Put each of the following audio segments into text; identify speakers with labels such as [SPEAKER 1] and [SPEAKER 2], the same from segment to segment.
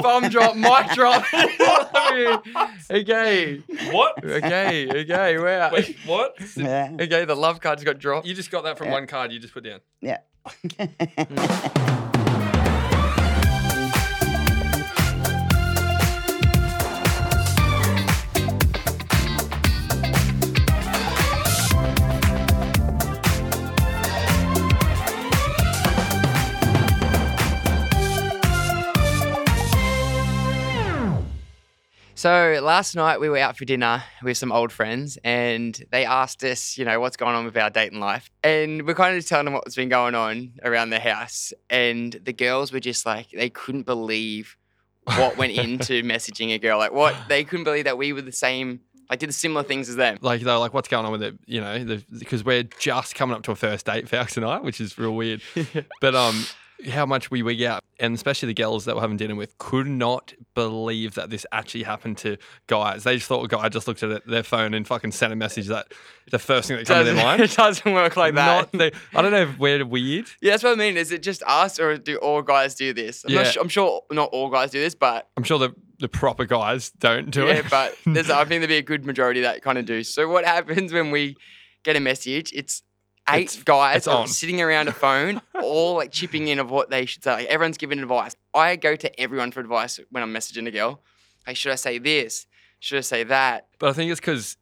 [SPEAKER 1] Bomb drop, mic drop. okay,
[SPEAKER 2] What?
[SPEAKER 1] okay, okay. Wow.
[SPEAKER 2] Wait, what?
[SPEAKER 3] Yeah.
[SPEAKER 1] Okay, the love card just got dropped.
[SPEAKER 2] You just got that from one card you just put down.
[SPEAKER 3] yeah.
[SPEAKER 1] So last night we were out for dinner with some old friends and they asked us, you know, what's going on with our dating life. And we're kind of just telling them what's been going on around the house. And the girls were just like, they couldn't believe what went into messaging a girl. Like, what? They couldn't believe that we were the same, like, did the similar things as them.
[SPEAKER 2] Like they're like, what's going on with it? You know, because we're just coming up to a first date, Falcons and I, which is real weird. but um, how much we wig out, and especially the girls that we're having dinner with, could not believe that this actually happened to guys. They just thought a guy just looked at it- their phone and fucking sent a message that the first thing that came to
[SPEAKER 1] Doesn't-
[SPEAKER 2] their mind.
[SPEAKER 1] it doesn't work like that.
[SPEAKER 2] Not the, I don't know if we're weird.
[SPEAKER 1] yeah, that's what I mean. Is it just us or do all guys do this? I'm,
[SPEAKER 2] Yeah.
[SPEAKER 1] not su- I'm sure not all guys do this, but
[SPEAKER 2] I'm sure the, the proper guys don't do
[SPEAKER 1] yeah,
[SPEAKER 2] it.
[SPEAKER 1] but there's, I think there'd be a good majority that kind of do. So what happens when we get a message? It's eight
[SPEAKER 2] It's-
[SPEAKER 1] guys
[SPEAKER 2] it's on.
[SPEAKER 1] sitting around a phone, all like chipping in of what they should say. Like everyone's giving advice. I go to everyone for advice when I'm messaging a girl. Like, should I say this? Should I say that?
[SPEAKER 2] But I think it's because,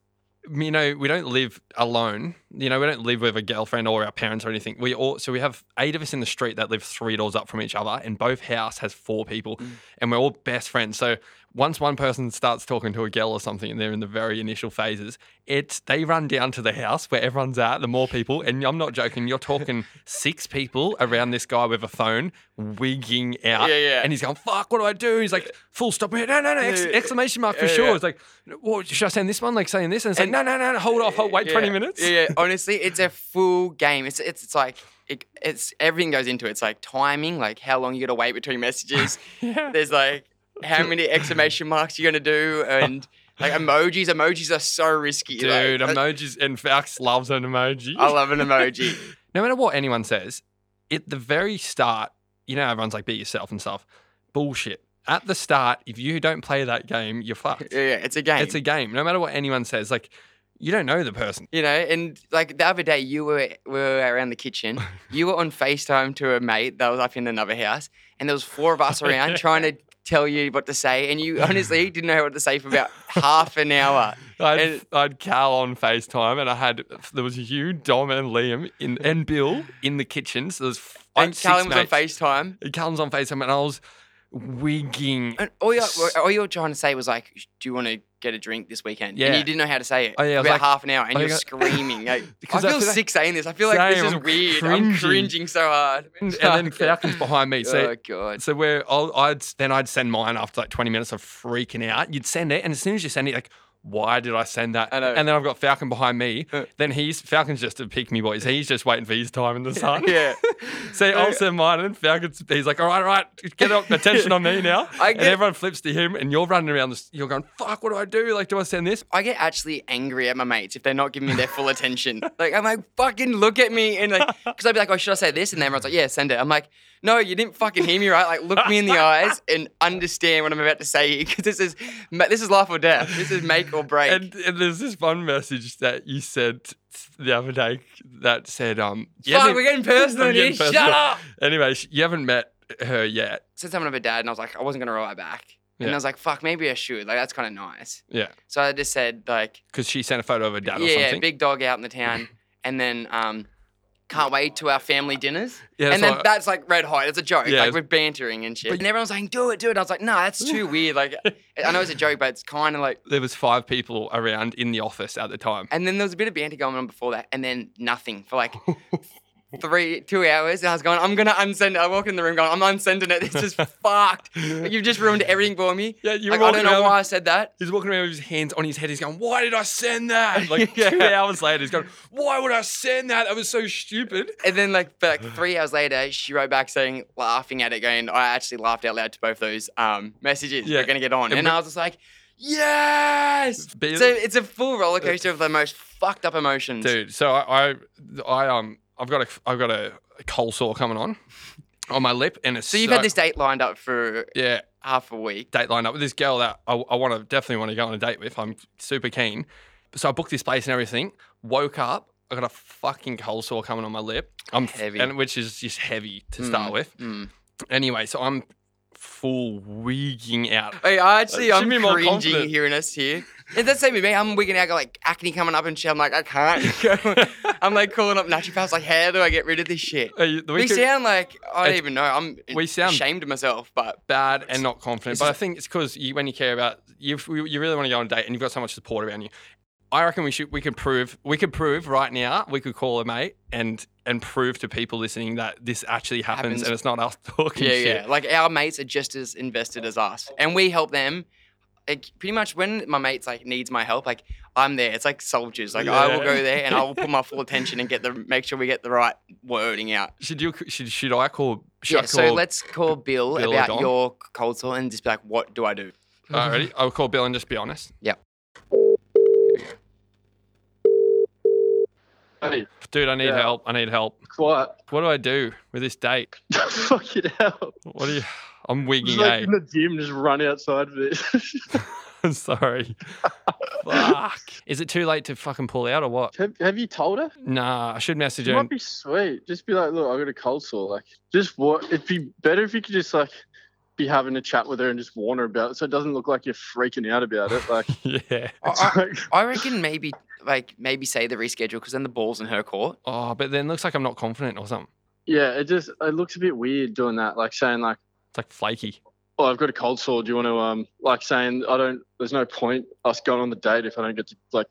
[SPEAKER 2] you know, we don't live alone. You know, we don't live with a girlfriend or our parents or anything. We all, so we have eight of us in the street that live three doors up from each other, and both house has four people, and we're all best friends. So once one person starts talking to a girl or something, and they're in the very initial phases, it's they run down to the house where everyone's at, the more people, and I'm not joking. You're talking six people around this guy with a phone, wigging out,
[SPEAKER 1] Yeah, yeah.
[SPEAKER 2] and he's going, "Fuck, what do I do?" He's like, "Full stop!" No, no, no, ex-
[SPEAKER 1] Yeah.
[SPEAKER 2] exclamation mark for
[SPEAKER 1] Yeah,
[SPEAKER 2] sure.
[SPEAKER 1] yeah.
[SPEAKER 2] It's like, what, should I send this one? Like saying this? And it's
[SPEAKER 1] And-
[SPEAKER 2] like, no, no, no, no, hold off, hold, Oh, wait
[SPEAKER 1] Yeah,
[SPEAKER 2] 20 minutes.
[SPEAKER 1] Yeah, yeah. honestly, it's a full game. It's it's, it's like it, it's everything goes into it. It's like timing, like how long you got to wait between messages. There's like how many exclamation marks you're gonna do, and like emojis. Emojis are so risky, like,
[SPEAKER 2] Dude,
[SPEAKER 1] I-
[SPEAKER 2] emojis, and Fax loves an emoji.
[SPEAKER 1] I love an emoji.
[SPEAKER 2] no matter what anyone says, at the very start, you know, everyone's like, be yourself and stuff. Bullshit. At the start, if you don't play that game, you're fucked.
[SPEAKER 1] Yeah, yeah, it's a game.
[SPEAKER 2] It's a game. No matter what anyone says, like, you don't know the person.
[SPEAKER 1] you know, and like the other day, you were we were around the kitchen. You were on Facetime to a mate that was up in another house, and there was four of us around trying to tell you what to say, and you honestly didn't know what to say for about half an hour.
[SPEAKER 2] I had,
[SPEAKER 1] And-
[SPEAKER 2] I had Cal on FaceTime and I had, there was you, Dom, and Liam in, and Bill in the kitchen. So there's f- I had
[SPEAKER 1] And
[SPEAKER 2] six
[SPEAKER 1] Callum was on
[SPEAKER 2] mates.
[SPEAKER 1] FaceTime.
[SPEAKER 2] Callum's on FaceTime and I was wigging.
[SPEAKER 1] And all you,
[SPEAKER 2] S-
[SPEAKER 1] all you were trying to say was like, "Do you want to get a drink this weekend?" And
[SPEAKER 2] Yeah.
[SPEAKER 1] you didn't know how to say it.
[SPEAKER 2] Oh, yeah, I
[SPEAKER 1] about
[SPEAKER 2] was like-
[SPEAKER 1] half an hour, and
[SPEAKER 2] I
[SPEAKER 1] you're
[SPEAKER 2] got-
[SPEAKER 1] screaming. Like, I
[SPEAKER 2] Because I
[SPEAKER 1] feel
[SPEAKER 2] feel like-
[SPEAKER 1] sick saying this. I feel like this
[SPEAKER 2] Same,
[SPEAKER 1] is
[SPEAKER 2] I'm
[SPEAKER 1] weird. I'm
[SPEAKER 2] cringing.
[SPEAKER 1] cringing so hard.
[SPEAKER 2] And then Falcon's behind me. So,
[SPEAKER 1] oh god.
[SPEAKER 2] so where I'll, I'd then I'd send mine after like 20 minutes of freaking out. You'd send it, and as soon as you send it, like, why did I send that?
[SPEAKER 1] I know.
[SPEAKER 2] And then I've got Falcon behind me.
[SPEAKER 1] Uh.
[SPEAKER 2] then he's Falcon's just a pick me boys. He's just waiting for his time in the sun.
[SPEAKER 1] Yeah.
[SPEAKER 2] So I'll send mine, and Falcon's he's like, all right, all right, get up, attention on me now.
[SPEAKER 1] I
[SPEAKER 2] and
[SPEAKER 1] get-
[SPEAKER 2] everyone flips to him, and you're running around. This, you're going, fuck, what do I do? Like, do I send this?
[SPEAKER 1] I get actually angry at my mates if they're not giving me their full attention. Like I'm like, fucking look at me and like, because I'd be like, oh, should I say this? And everyone's like, yeah, send it. I'm like, no, you didn't fucking hear me right. Like, look me in the eyes and understand what I'm about to say because this is ma- this is life or death. This is make or break.
[SPEAKER 2] And, and there's this one message that you sent the other day that said, um, you haven't-
[SPEAKER 1] we're getting personal
[SPEAKER 2] We're getting
[SPEAKER 1] here. Shut up.
[SPEAKER 2] Anyway, sh- you haven't met her yet.
[SPEAKER 1] Said something of a dad, and I was like, I wasn't gonna write back. And
[SPEAKER 2] Yeah.
[SPEAKER 1] I was like, fuck, maybe I should. Like that's kind of nice.
[SPEAKER 2] Yeah.
[SPEAKER 1] So I just said like,
[SPEAKER 2] Because she sent a photo of her dad or
[SPEAKER 1] yeah,
[SPEAKER 2] something.
[SPEAKER 1] big dog out in the town, and then um. Can't wait to our family dinners.
[SPEAKER 2] Yeah,
[SPEAKER 1] and
[SPEAKER 2] that's
[SPEAKER 1] then
[SPEAKER 2] what I-
[SPEAKER 1] that's like red hot. It's a joke.
[SPEAKER 2] Yeah,
[SPEAKER 1] like
[SPEAKER 2] it's-
[SPEAKER 1] we're bantering and shit.
[SPEAKER 2] But-
[SPEAKER 1] and everyone's saying, do it, do it. I was like, no, that's too weird. Like, I know it's a joke, but it's kind of like.
[SPEAKER 2] there was five people around in the office at the time.
[SPEAKER 1] And then there was a bit of banter going on before that, and then nothing for like three, two hours. And I was going, I'm going to unsend it. I walk in the room going, I'm unsending it. This is fucked. Like, you've just ruined everything for me.
[SPEAKER 2] Yeah, you were
[SPEAKER 1] like, I
[SPEAKER 2] walking
[SPEAKER 1] don't know
[SPEAKER 2] around-
[SPEAKER 1] why I said that.
[SPEAKER 2] He's walking around with his hands on his head. He's going, "Why did I send that?" Like two
[SPEAKER 1] Yeah.
[SPEAKER 2] hours later, he's going, "Why would I send that? That was so stupid."
[SPEAKER 1] And then, like, for, like three hours later, she wrote back saying, laughing at it, going, I actually laughed out loud to both those um, messages.
[SPEAKER 2] Yeah.
[SPEAKER 1] We're going to get on.
[SPEAKER 2] And
[SPEAKER 1] And,
[SPEAKER 2] we-
[SPEAKER 1] I was just like, yes.
[SPEAKER 2] Be-
[SPEAKER 1] So it's a full roller coaster of the most fucked up emotions.
[SPEAKER 2] dude. So I, I, I um, I've got a, I've got a, cold sore coming on, on my lip, and it's
[SPEAKER 1] So you've had this date lined up for
[SPEAKER 2] yeah
[SPEAKER 1] half a week.
[SPEAKER 2] date lined up with this girl that I, I want to definitely want to go on a date with. I'm super keen. So I booked this place and everything. Woke up, I got a fucking cold sore coming on my lip. I'm
[SPEAKER 1] Heavy.
[SPEAKER 2] and which is just heavy to
[SPEAKER 1] Mm.
[SPEAKER 2] start with.
[SPEAKER 1] Mm.
[SPEAKER 2] Anyway, so I'm full wigging out.
[SPEAKER 1] Hey, Oh, I actually,
[SPEAKER 2] Uh,
[SPEAKER 1] I'm
[SPEAKER 2] should be more
[SPEAKER 1] cringing
[SPEAKER 2] confident.
[SPEAKER 1] hearing us here. Yeah, that's the same with me. I'm wigging out, got like acne coming up and shit. I'm like, I can't. I'm like calling up naturopaths, like, how do I get rid of this shit?
[SPEAKER 2] Uh, you-
[SPEAKER 1] We,
[SPEAKER 2] could-
[SPEAKER 1] sound like I don't
[SPEAKER 2] It's-
[SPEAKER 1] even know. I'm
[SPEAKER 2] we sound-
[SPEAKER 1] ashamed of myself, but
[SPEAKER 2] bad and not confident.
[SPEAKER 1] It's
[SPEAKER 2] But I
[SPEAKER 1] just-
[SPEAKER 2] think it's because you, when you care about you, you you really want to go on a date and you've got so much support around you. I reckon we should we could prove we could prove right now we could call a mate and and prove to people listening that this actually happens,
[SPEAKER 1] Happens.
[SPEAKER 2] and it's not us talking
[SPEAKER 1] yeah,
[SPEAKER 2] shit.
[SPEAKER 1] yeah. Like our mates are just as invested as us, and we help them. Like pretty much when my mates like needs my help, like I'm there. It's like soldiers. Like I will
[SPEAKER 2] Yeah.
[SPEAKER 1] go there and I will put my full attention and get the make sure we get the right wording out.
[SPEAKER 2] Should you should should I call should
[SPEAKER 1] Yeah.
[SPEAKER 2] I call
[SPEAKER 1] So let's call Bill,
[SPEAKER 2] Bill or
[SPEAKER 1] about
[SPEAKER 2] Dom?
[SPEAKER 1] your cold sore and just be like, what do I do?
[SPEAKER 2] Alright, ready? I'll call Bill and just be honest.
[SPEAKER 1] Yep.
[SPEAKER 3] Hey,
[SPEAKER 2] Dude, I need
[SPEAKER 3] Yeah.
[SPEAKER 2] help. I need help.
[SPEAKER 3] quiet.
[SPEAKER 2] What do I do with this date?
[SPEAKER 3] Fuck it out.
[SPEAKER 2] What do you I'm
[SPEAKER 3] Just
[SPEAKER 2] wigging eh?
[SPEAKER 3] like
[SPEAKER 2] out.
[SPEAKER 3] in the gym, just run outside of it.
[SPEAKER 2] I'm sorry. Fuck. Is it too late to fucking pull out or what?
[SPEAKER 3] have, have you told her?
[SPEAKER 2] Nah, I should message
[SPEAKER 3] It
[SPEAKER 2] her.
[SPEAKER 3] might be sweet. Just be like, look, I got a cold sore. Like, just what? It'd be better if you could just like be having a chat with her and just warn her about it, so it doesn't look like you're freaking out about it. Like,
[SPEAKER 2] Yeah.
[SPEAKER 3] it's
[SPEAKER 1] I,
[SPEAKER 3] like
[SPEAKER 1] I I reckon maybe like maybe say the reschedule because then the ball's in her court.
[SPEAKER 2] Oh, but then it looks like I'm not confident or something.
[SPEAKER 3] yeah, it just it looks a bit weird doing that. Like saying like,
[SPEAKER 2] It's like flaky.
[SPEAKER 3] oh, I've got a cold sore. Do you want to um like saying I don't? There's no point us going on the date if I don't get to like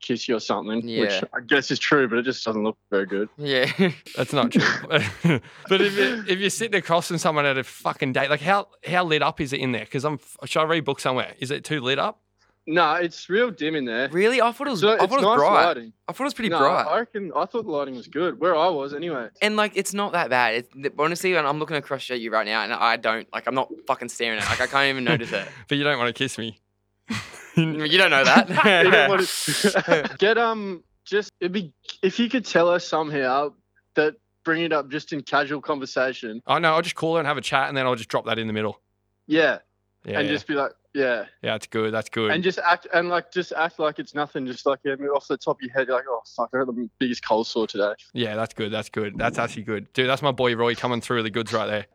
[SPEAKER 3] kiss you or something.
[SPEAKER 1] Yeah.
[SPEAKER 3] Which I guess is true, but it just doesn't look very good.
[SPEAKER 1] Yeah.
[SPEAKER 2] That's not true. but if, you, if you're sitting across from someone at a fucking date, like how how lit up is it in there? Because I'm f- should I read book somewhere? Is it too lit up?
[SPEAKER 3] No, it's real dim in there.
[SPEAKER 1] really? I thought it was.
[SPEAKER 3] So
[SPEAKER 1] I thought
[SPEAKER 3] it's
[SPEAKER 1] it was
[SPEAKER 3] nice
[SPEAKER 1] bright.
[SPEAKER 3] lighting.
[SPEAKER 1] I thought it was pretty
[SPEAKER 3] No,
[SPEAKER 1] bright.
[SPEAKER 3] I reckon I thought the lighting was good where I was anyway.
[SPEAKER 1] And like, it's not that bad. It's, th- honestly, when I'm looking across at you right now, and I don't like, I'm not fucking staring at. it. Like, I can't even notice it.
[SPEAKER 2] But you don't want to kiss me.
[SPEAKER 1] You don't know that.
[SPEAKER 3] You know what it- Get um, just it'd be if you could tell her somehow that bring it up just in casual conversation.
[SPEAKER 2] Oh no, I'll just call her and have a chat, and then I'll just drop that in the middle.
[SPEAKER 3] Yeah,
[SPEAKER 2] Yeah,
[SPEAKER 3] and
[SPEAKER 2] yeah.
[SPEAKER 3] just be like, yeah,
[SPEAKER 2] yeah, that's good. That's good.
[SPEAKER 3] and just act and like just act like it's nothing. Just like yeah, off the top of your head, you're like, oh fuck, I got the biggest cold sore today.
[SPEAKER 2] yeah, that's good. That's good. That's actually good, dude. That's my boy Roy coming through the goods right there.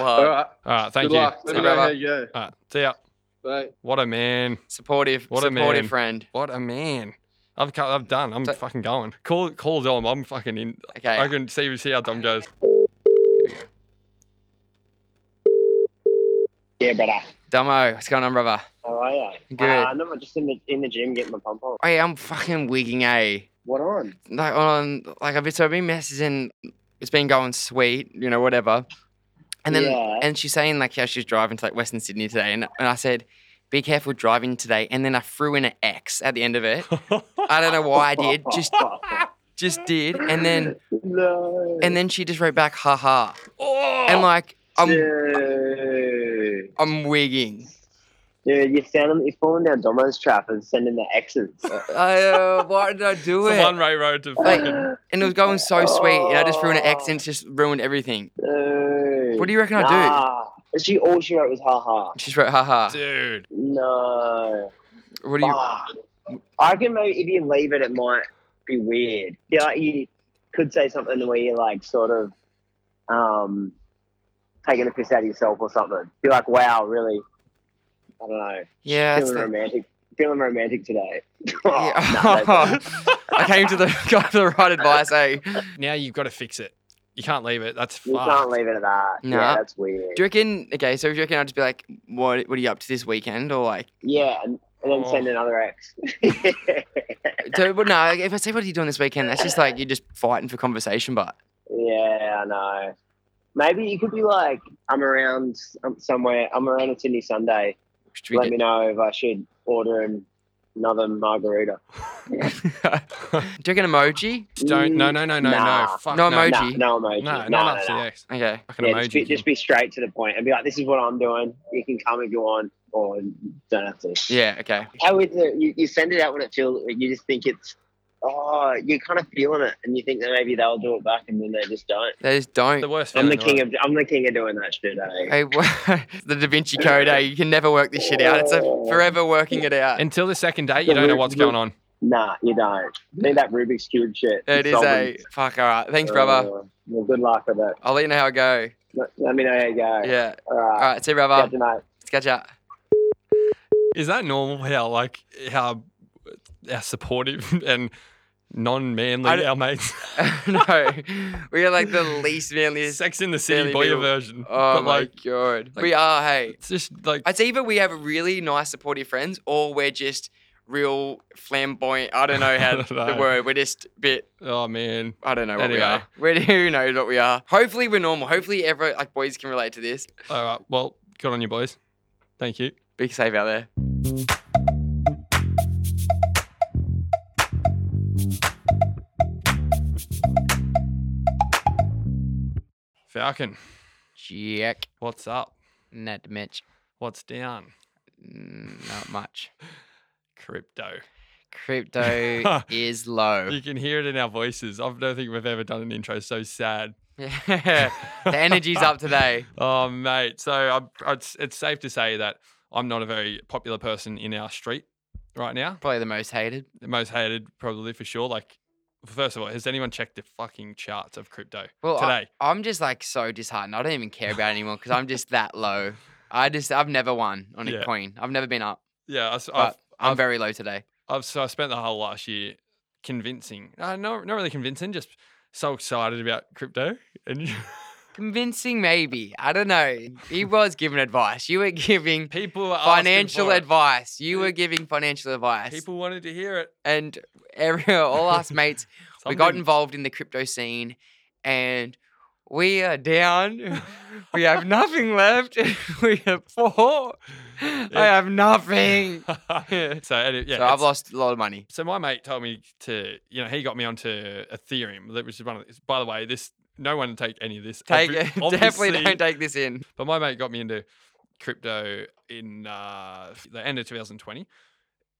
[SPEAKER 3] All
[SPEAKER 1] hard,
[SPEAKER 3] right,
[SPEAKER 2] All right, thank
[SPEAKER 3] good
[SPEAKER 2] you.
[SPEAKER 3] luck. Let me
[SPEAKER 1] See you,
[SPEAKER 3] know how
[SPEAKER 1] brother.
[SPEAKER 3] you go.
[SPEAKER 2] All right, see ya.
[SPEAKER 3] Bye.
[SPEAKER 2] What a man.
[SPEAKER 1] supportive,
[SPEAKER 2] What a
[SPEAKER 1] supportive
[SPEAKER 2] man.
[SPEAKER 1] friend.
[SPEAKER 2] What a man. I've co- I've done. I'm
[SPEAKER 1] So-
[SPEAKER 2] fucking going. Call call Dom. I'm fucking in.
[SPEAKER 1] Okay,
[SPEAKER 2] I can see see how Dom goes.
[SPEAKER 4] Yeah, brother.
[SPEAKER 1] Dumbo, what's going on, brother?
[SPEAKER 4] How are you?
[SPEAKER 1] Good.
[SPEAKER 4] Uh, no, I'm just in the in the gym getting my pump on.
[SPEAKER 1] Hey, Oh, I'm fucking wigging, eh?
[SPEAKER 4] What on?
[SPEAKER 1] Like on, like I've been so I've been messaging. It's been going sweet, you know, whatever. And then,
[SPEAKER 4] Yeah.
[SPEAKER 1] and she's saying like how she's driving to like Western Sydney today, and, and I said, "Be careful driving today." And then I threw in an X at the end of it.
[SPEAKER 2] Oh,
[SPEAKER 1] I don't know why I did, just just did. And then
[SPEAKER 4] no.
[SPEAKER 1] And then um, she just wrote back, "Ha ha,"
[SPEAKER 2] oh,
[SPEAKER 1] And like, I'm,
[SPEAKER 4] Dude,
[SPEAKER 1] I'm wigging.
[SPEAKER 4] Dude, you found you falling down Domo's trap and sending the X's.
[SPEAKER 1] I, uh, why did I do
[SPEAKER 2] it's a one
[SPEAKER 1] it?
[SPEAKER 2] way road to
[SPEAKER 1] Like-
[SPEAKER 2] fucking.
[SPEAKER 1] And it was going so sweet. And I just ruined an accent, just ruined everything. What do you reckon I
[SPEAKER 4] do? She all she wrote was ha ha.
[SPEAKER 1] do? She just wrote, "Ha ha."
[SPEAKER 2] Dude,
[SPEAKER 4] No.
[SPEAKER 1] What do you?
[SPEAKER 4] Fuck. I reckon maybe if you leave it, it might be weird. Yeah, like you could say something where you're like sort of um, taking a piss out of yourself or something. Be like, wow, really? I don't know.
[SPEAKER 1] Yeah, that's
[SPEAKER 4] feeling
[SPEAKER 1] the,
[SPEAKER 4] romantic. Feeling romantic today. Oh,
[SPEAKER 1] yeah.
[SPEAKER 4] no, no,
[SPEAKER 1] I came to the got the right advice. Eh?
[SPEAKER 2] now you've got to fix it. You can't leave it. That's
[SPEAKER 4] you
[SPEAKER 2] fucked.
[SPEAKER 4] can't leave it at that.
[SPEAKER 1] Nah.
[SPEAKER 4] Yeah, that's weird.
[SPEAKER 1] Do you reckon? Okay, so do you reckon I'll just be like, "What? What are you up to this weekend?" Or like,
[SPEAKER 4] Yeah, and, and then send
[SPEAKER 2] Oh.
[SPEAKER 4] another X.
[SPEAKER 1] do, but no. like, If I say, "What are you doing this weekend?" That's just like you're just fighting for conversation. But
[SPEAKER 4] Yeah, I know. Maybe you could be like, I'm around um, somewhere. I'm around on Sydney Sunday.
[SPEAKER 1] should we
[SPEAKER 4] Let
[SPEAKER 1] get-
[SPEAKER 4] me know if I should order an- another margarita.
[SPEAKER 1] do you reckon emoji?
[SPEAKER 2] Don't. No, no, no, no, no.
[SPEAKER 4] Nah.
[SPEAKER 2] Fuck.
[SPEAKER 1] No emoji.
[SPEAKER 4] Nah, no emoji.
[SPEAKER 2] No,
[SPEAKER 4] Nah,
[SPEAKER 2] not up to
[SPEAKER 4] nah,
[SPEAKER 2] the
[SPEAKER 4] nah.
[SPEAKER 2] X.
[SPEAKER 1] Okay.
[SPEAKER 2] Fucking
[SPEAKER 4] Yeah,
[SPEAKER 2] emoji.
[SPEAKER 4] just be, just be straight to the point and be like, this is what I'm doing. You can come if you want, or don't have to.
[SPEAKER 1] Yeah. Okay.
[SPEAKER 4] How is it? You, you send it out when it feels. You just think it's oh, you're kind of feeling it, and you think that maybe they'll do it back, and then they just don't.
[SPEAKER 1] They just don't.
[SPEAKER 2] The worst.
[SPEAKER 4] I'm the
[SPEAKER 2] feeling,
[SPEAKER 4] king
[SPEAKER 2] right?
[SPEAKER 4] of I'm the king of doing that shit. Eh?
[SPEAKER 1] Hey, the Da Vinci Code, eh? You can never work this shit out. It's a forever working it out.
[SPEAKER 2] Until the second date, you don't know what's going on.
[SPEAKER 4] Nah, you don't. Need that Rubik's cube shit.
[SPEAKER 1] It is a
[SPEAKER 4] Solvent.
[SPEAKER 1] fuck. All right, thanks, brother.
[SPEAKER 4] Uh, well, good luck with it.
[SPEAKER 1] I'll let you know how I go.
[SPEAKER 4] Let, let me know how you go.
[SPEAKER 1] Yeah.
[SPEAKER 4] All
[SPEAKER 1] All
[SPEAKER 4] right.
[SPEAKER 1] right, see you,
[SPEAKER 4] All
[SPEAKER 1] brother.
[SPEAKER 4] right. Tonight.
[SPEAKER 1] Catch ya.
[SPEAKER 2] Is that normal? How like how how supportive and
[SPEAKER 1] I d-
[SPEAKER 2] non-manly our mates?
[SPEAKER 1] no, we are like the least manliest.
[SPEAKER 2] Sex in the City
[SPEAKER 1] Manly
[SPEAKER 2] boy
[SPEAKER 1] people.
[SPEAKER 2] version.
[SPEAKER 1] Oh
[SPEAKER 2] but
[SPEAKER 1] my
[SPEAKER 2] like
[SPEAKER 1] god,
[SPEAKER 2] like-
[SPEAKER 1] we are. Hey,
[SPEAKER 2] it's just like
[SPEAKER 1] it's either we have really nice supportive friends, or we're just real flamboyant. I don't know how
[SPEAKER 2] I don't
[SPEAKER 1] the
[SPEAKER 2] know.
[SPEAKER 1] word. We're just a bit
[SPEAKER 2] oh man.
[SPEAKER 1] I don't know what
[SPEAKER 2] Anyway.
[SPEAKER 1] we are. We who knows what we are. Hopefully we're normal. Hopefully every like boys can relate to this.
[SPEAKER 2] All right. Well, good on you boys. Thank you.
[SPEAKER 1] Big save out there.
[SPEAKER 2] Falcon,
[SPEAKER 1] Jack,
[SPEAKER 2] what's up?
[SPEAKER 1] not much.
[SPEAKER 2] What's down?
[SPEAKER 1] Mm, Not much.
[SPEAKER 2] Crypto.
[SPEAKER 1] Crypto is low.
[SPEAKER 2] You can hear it in our voices. I don't think we've ever done an intro so sad.
[SPEAKER 1] the energy's up today.
[SPEAKER 2] Oh, mate. So I'm, it's, it's safe to say that I'm not a very popular person in our street right now.
[SPEAKER 1] Probably the most hated.
[SPEAKER 2] The most hated, probably for sure. Like, first of all, has anyone checked the fucking charts of crypto
[SPEAKER 1] Well, I,
[SPEAKER 2] today?
[SPEAKER 1] I'm just like so disheartened. I don't even care about it anymore because I'm just that low. I just I've never won on a
[SPEAKER 2] Yeah.
[SPEAKER 1] coin. I've never been up,
[SPEAKER 2] yeah. I, s- I've-
[SPEAKER 1] but i am
[SPEAKER 2] I've-
[SPEAKER 1] very low today.
[SPEAKER 2] I've so I spent the whole last year convincing. Uh, no, not really convincing. Just so excited about crypto, and
[SPEAKER 1] Convincing, maybe. I don't know. He was giving advice. You were giving
[SPEAKER 2] people are asking
[SPEAKER 1] financial
[SPEAKER 2] for it.
[SPEAKER 1] advice. You were
[SPEAKER 2] Yeah.
[SPEAKER 1] giving financial advice,
[SPEAKER 2] People wanted to hear it.
[SPEAKER 1] and every, all us mates, we got
[SPEAKER 2] Something-
[SPEAKER 1] involved in the crypto scene, and we are down. we have nothing left. we are poor. I
[SPEAKER 2] Yeah.
[SPEAKER 1] have nothing.
[SPEAKER 2] so any- yeah,
[SPEAKER 1] so I've
[SPEAKER 2] it's-
[SPEAKER 1] lost a lot of money.
[SPEAKER 2] So my mate told me to, you know, he got me onto Ethereum, that which is one of. the- By the way, this no one take any of this.
[SPEAKER 1] Take
[SPEAKER 2] Obvi-
[SPEAKER 1] it. Definitely
[SPEAKER 2] obviously,
[SPEAKER 1] don't take this in.
[SPEAKER 2] But my mate got me into crypto in uh, the end of 2020,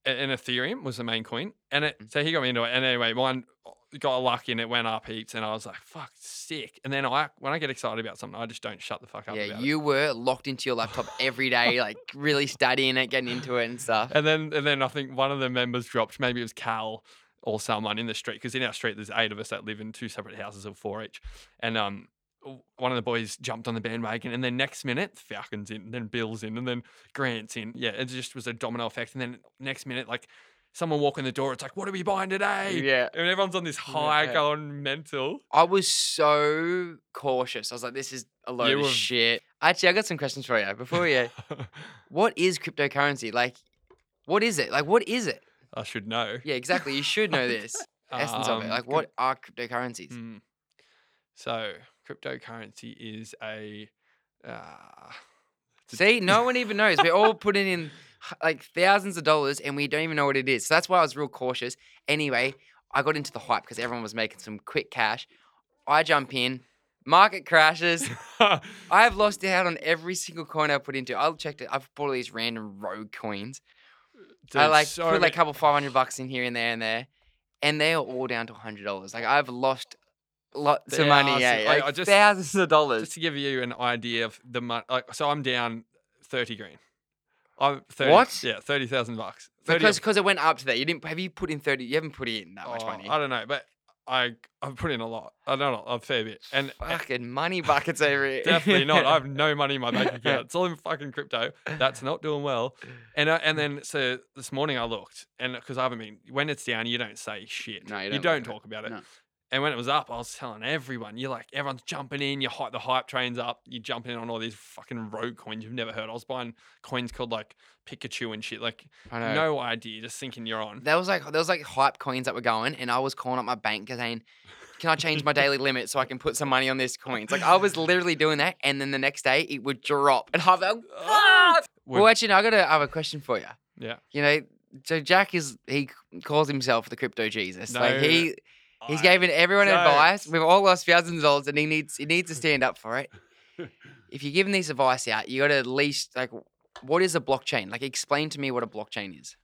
[SPEAKER 2] a- and Ethereum was the main coin. And it, so he got me into it. And anyway, mine uh, got lucky and it went up heaps. And I was like, "Fuck, sick!" And then I, when I get excited about something, I just don't shut the fuck up.
[SPEAKER 1] Yeah,
[SPEAKER 2] about It.
[SPEAKER 1] you were locked into your laptop every day, like really studying it, getting into it and stuff.
[SPEAKER 2] And then, and then I think one of the members dropped. Maybe it was Cal or someone in the street because in our street there's eight of us that live in two separate houses of four each. And um, w- one of the boys jumped on the bandwagon, and then next minute Falcons in, and then Bills in, and then Grant's in. Yeah, it just was a domino effect. And then next minute, like someone walk in the door, it's like, "What are we buying today?"
[SPEAKER 1] Yeah.
[SPEAKER 2] And everyone's on this high,
[SPEAKER 1] Yeah.
[SPEAKER 2] going mental.
[SPEAKER 1] I was so cautious. I was like, this is a load
[SPEAKER 2] You
[SPEAKER 1] of
[SPEAKER 2] were-
[SPEAKER 1] shit. Actually, I got some questions for you. Before we, what is cryptocurrency? Like, what is it? Like, what is it?
[SPEAKER 2] I should know.
[SPEAKER 1] Yeah, exactly. You should know this essence of it.
[SPEAKER 2] Um,
[SPEAKER 1] Like,
[SPEAKER 2] good-
[SPEAKER 1] what are cryptocurrencies?
[SPEAKER 2] Mm. So cryptocurrency is a uh, it's a-
[SPEAKER 1] See, no one even knows. We're all putting in h- like thousands of dollars and we don't even know what it is. So that's why I was real cautious. Anyway, I got into the hype because everyone was making some quick cash. I jump in, market crashes. I have lost out on every single coin I put into. I checked it. I've bought all these random rogue coins. I
[SPEAKER 2] There's
[SPEAKER 1] like
[SPEAKER 2] so
[SPEAKER 1] put like
[SPEAKER 2] many-
[SPEAKER 1] a couple five hundred bucks in here and there and there, and they are all down to hundred dollars. Like I've lost lots of money.
[SPEAKER 2] Thousands-
[SPEAKER 1] Yeah,
[SPEAKER 2] I-
[SPEAKER 1] like
[SPEAKER 2] I just-
[SPEAKER 1] thousands of
[SPEAKER 2] just
[SPEAKER 1] dollars.
[SPEAKER 2] to give you an idea of the money. Like, so I'm down thirty grand. I'm 30,
[SPEAKER 1] What?
[SPEAKER 2] Yeah, thirty thousand bucks. 30
[SPEAKER 1] Because
[SPEAKER 2] of-
[SPEAKER 1] because it went up to that. You didn't have you put in thirty. You haven't put in that much
[SPEAKER 2] oh,
[SPEAKER 1] money.
[SPEAKER 2] I don't know, but I I've put in a lot. I don't know a fair bit, and and
[SPEAKER 1] Fucking money buckets over here.
[SPEAKER 2] definitely not. I have no money in my bank account. It's all in fucking crypto. That's not doing well. And I, and then so this morning I looked, and because I haven't been when it's down, you don't say shit.
[SPEAKER 1] No, you
[SPEAKER 2] you
[SPEAKER 1] don't look
[SPEAKER 2] don't
[SPEAKER 1] at it.
[SPEAKER 2] talk about it.
[SPEAKER 1] No.
[SPEAKER 2] And when it was up, I was telling everyone, you're like, everyone's jumping in, you hype the hype trains up, you jump in on all these fucking rogue coins you've never heard. I was buying coins called like Pikachu and shit, like
[SPEAKER 1] I know.
[SPEAKER 2] no idea, just thinking you're on.
[SPEAKER 1] There was like there was like hype coins that were going, and I was calling up my bank saying, "Can I change my daily limit so I can put some money on this coins?" Like I was literally doing that, and then the next day it would drop, and I'm like, "What?"
[SPEAKER 2] Would-
[SPEAKER 1] Well, actually, no, I got a, I have a question for you.
[SPEAKER 2] Yeah.
[SPEAKER 1] You know, so Jack is he c- calls himself the crypto Jesus. like
[SPEAKER 2] No,
[SPEAKER 1] he he's
[SPEAKER 2] I-
[SPEAKER 1] giving everyone
[SPEAKER 2] no.
[SPEAKER 1] advice. We've all lost thousands of dollars, and he needs he needs to stand up for it. if you're giving this advice out, you got to at least like, what is a blockchain? Like, explain to me what a blockchain is.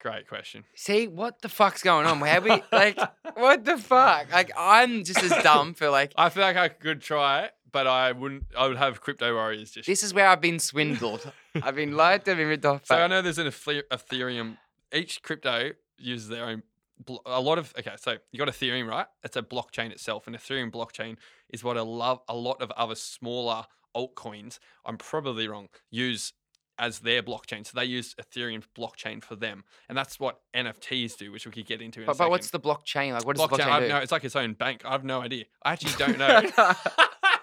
[SPEAKER 2] Great question.
[SPEAKER 1] See what the fuck's going on? How we like what the fuck? Like I'm just as dumb for like
[SPEAKER 2] I feel like I could try it, but I wouldn't. I would have crypto warriors just.
[SPEAKER 1] this is where I've been swindled. I've been lied to, been ripped off.
[SPEAKER 2] so I
[SPEAKER 1] But
[SPEAKER 2] know there's an Ethe- Ethereum. Each crypto uses their own. blo- A lot of okay, so you got Ethereum, right? It's a blockchain itself, and Ethereum blockchain is what a love a lot of other smaller altcoins. I'm probably wrong. Use as their blockchain, so they use Ethereum's blockchain for them, and that's what NFTs do, which we could get into. In a
[SPEAKER 1] but,
[SPEAKER 2] second.
[SPEAKER 1] but what's the blockchain like? What does
[SPEAKER 2] blockchain?
[SPEAKER 1] the
[SPEAKER 2] I've
[SPEAKER 1] blockchain
[SPEAKER 2] no,
[SPEAKER 1] do?
[SPEAKER 2] it's like its own bank. I have no idea. I actually don't know.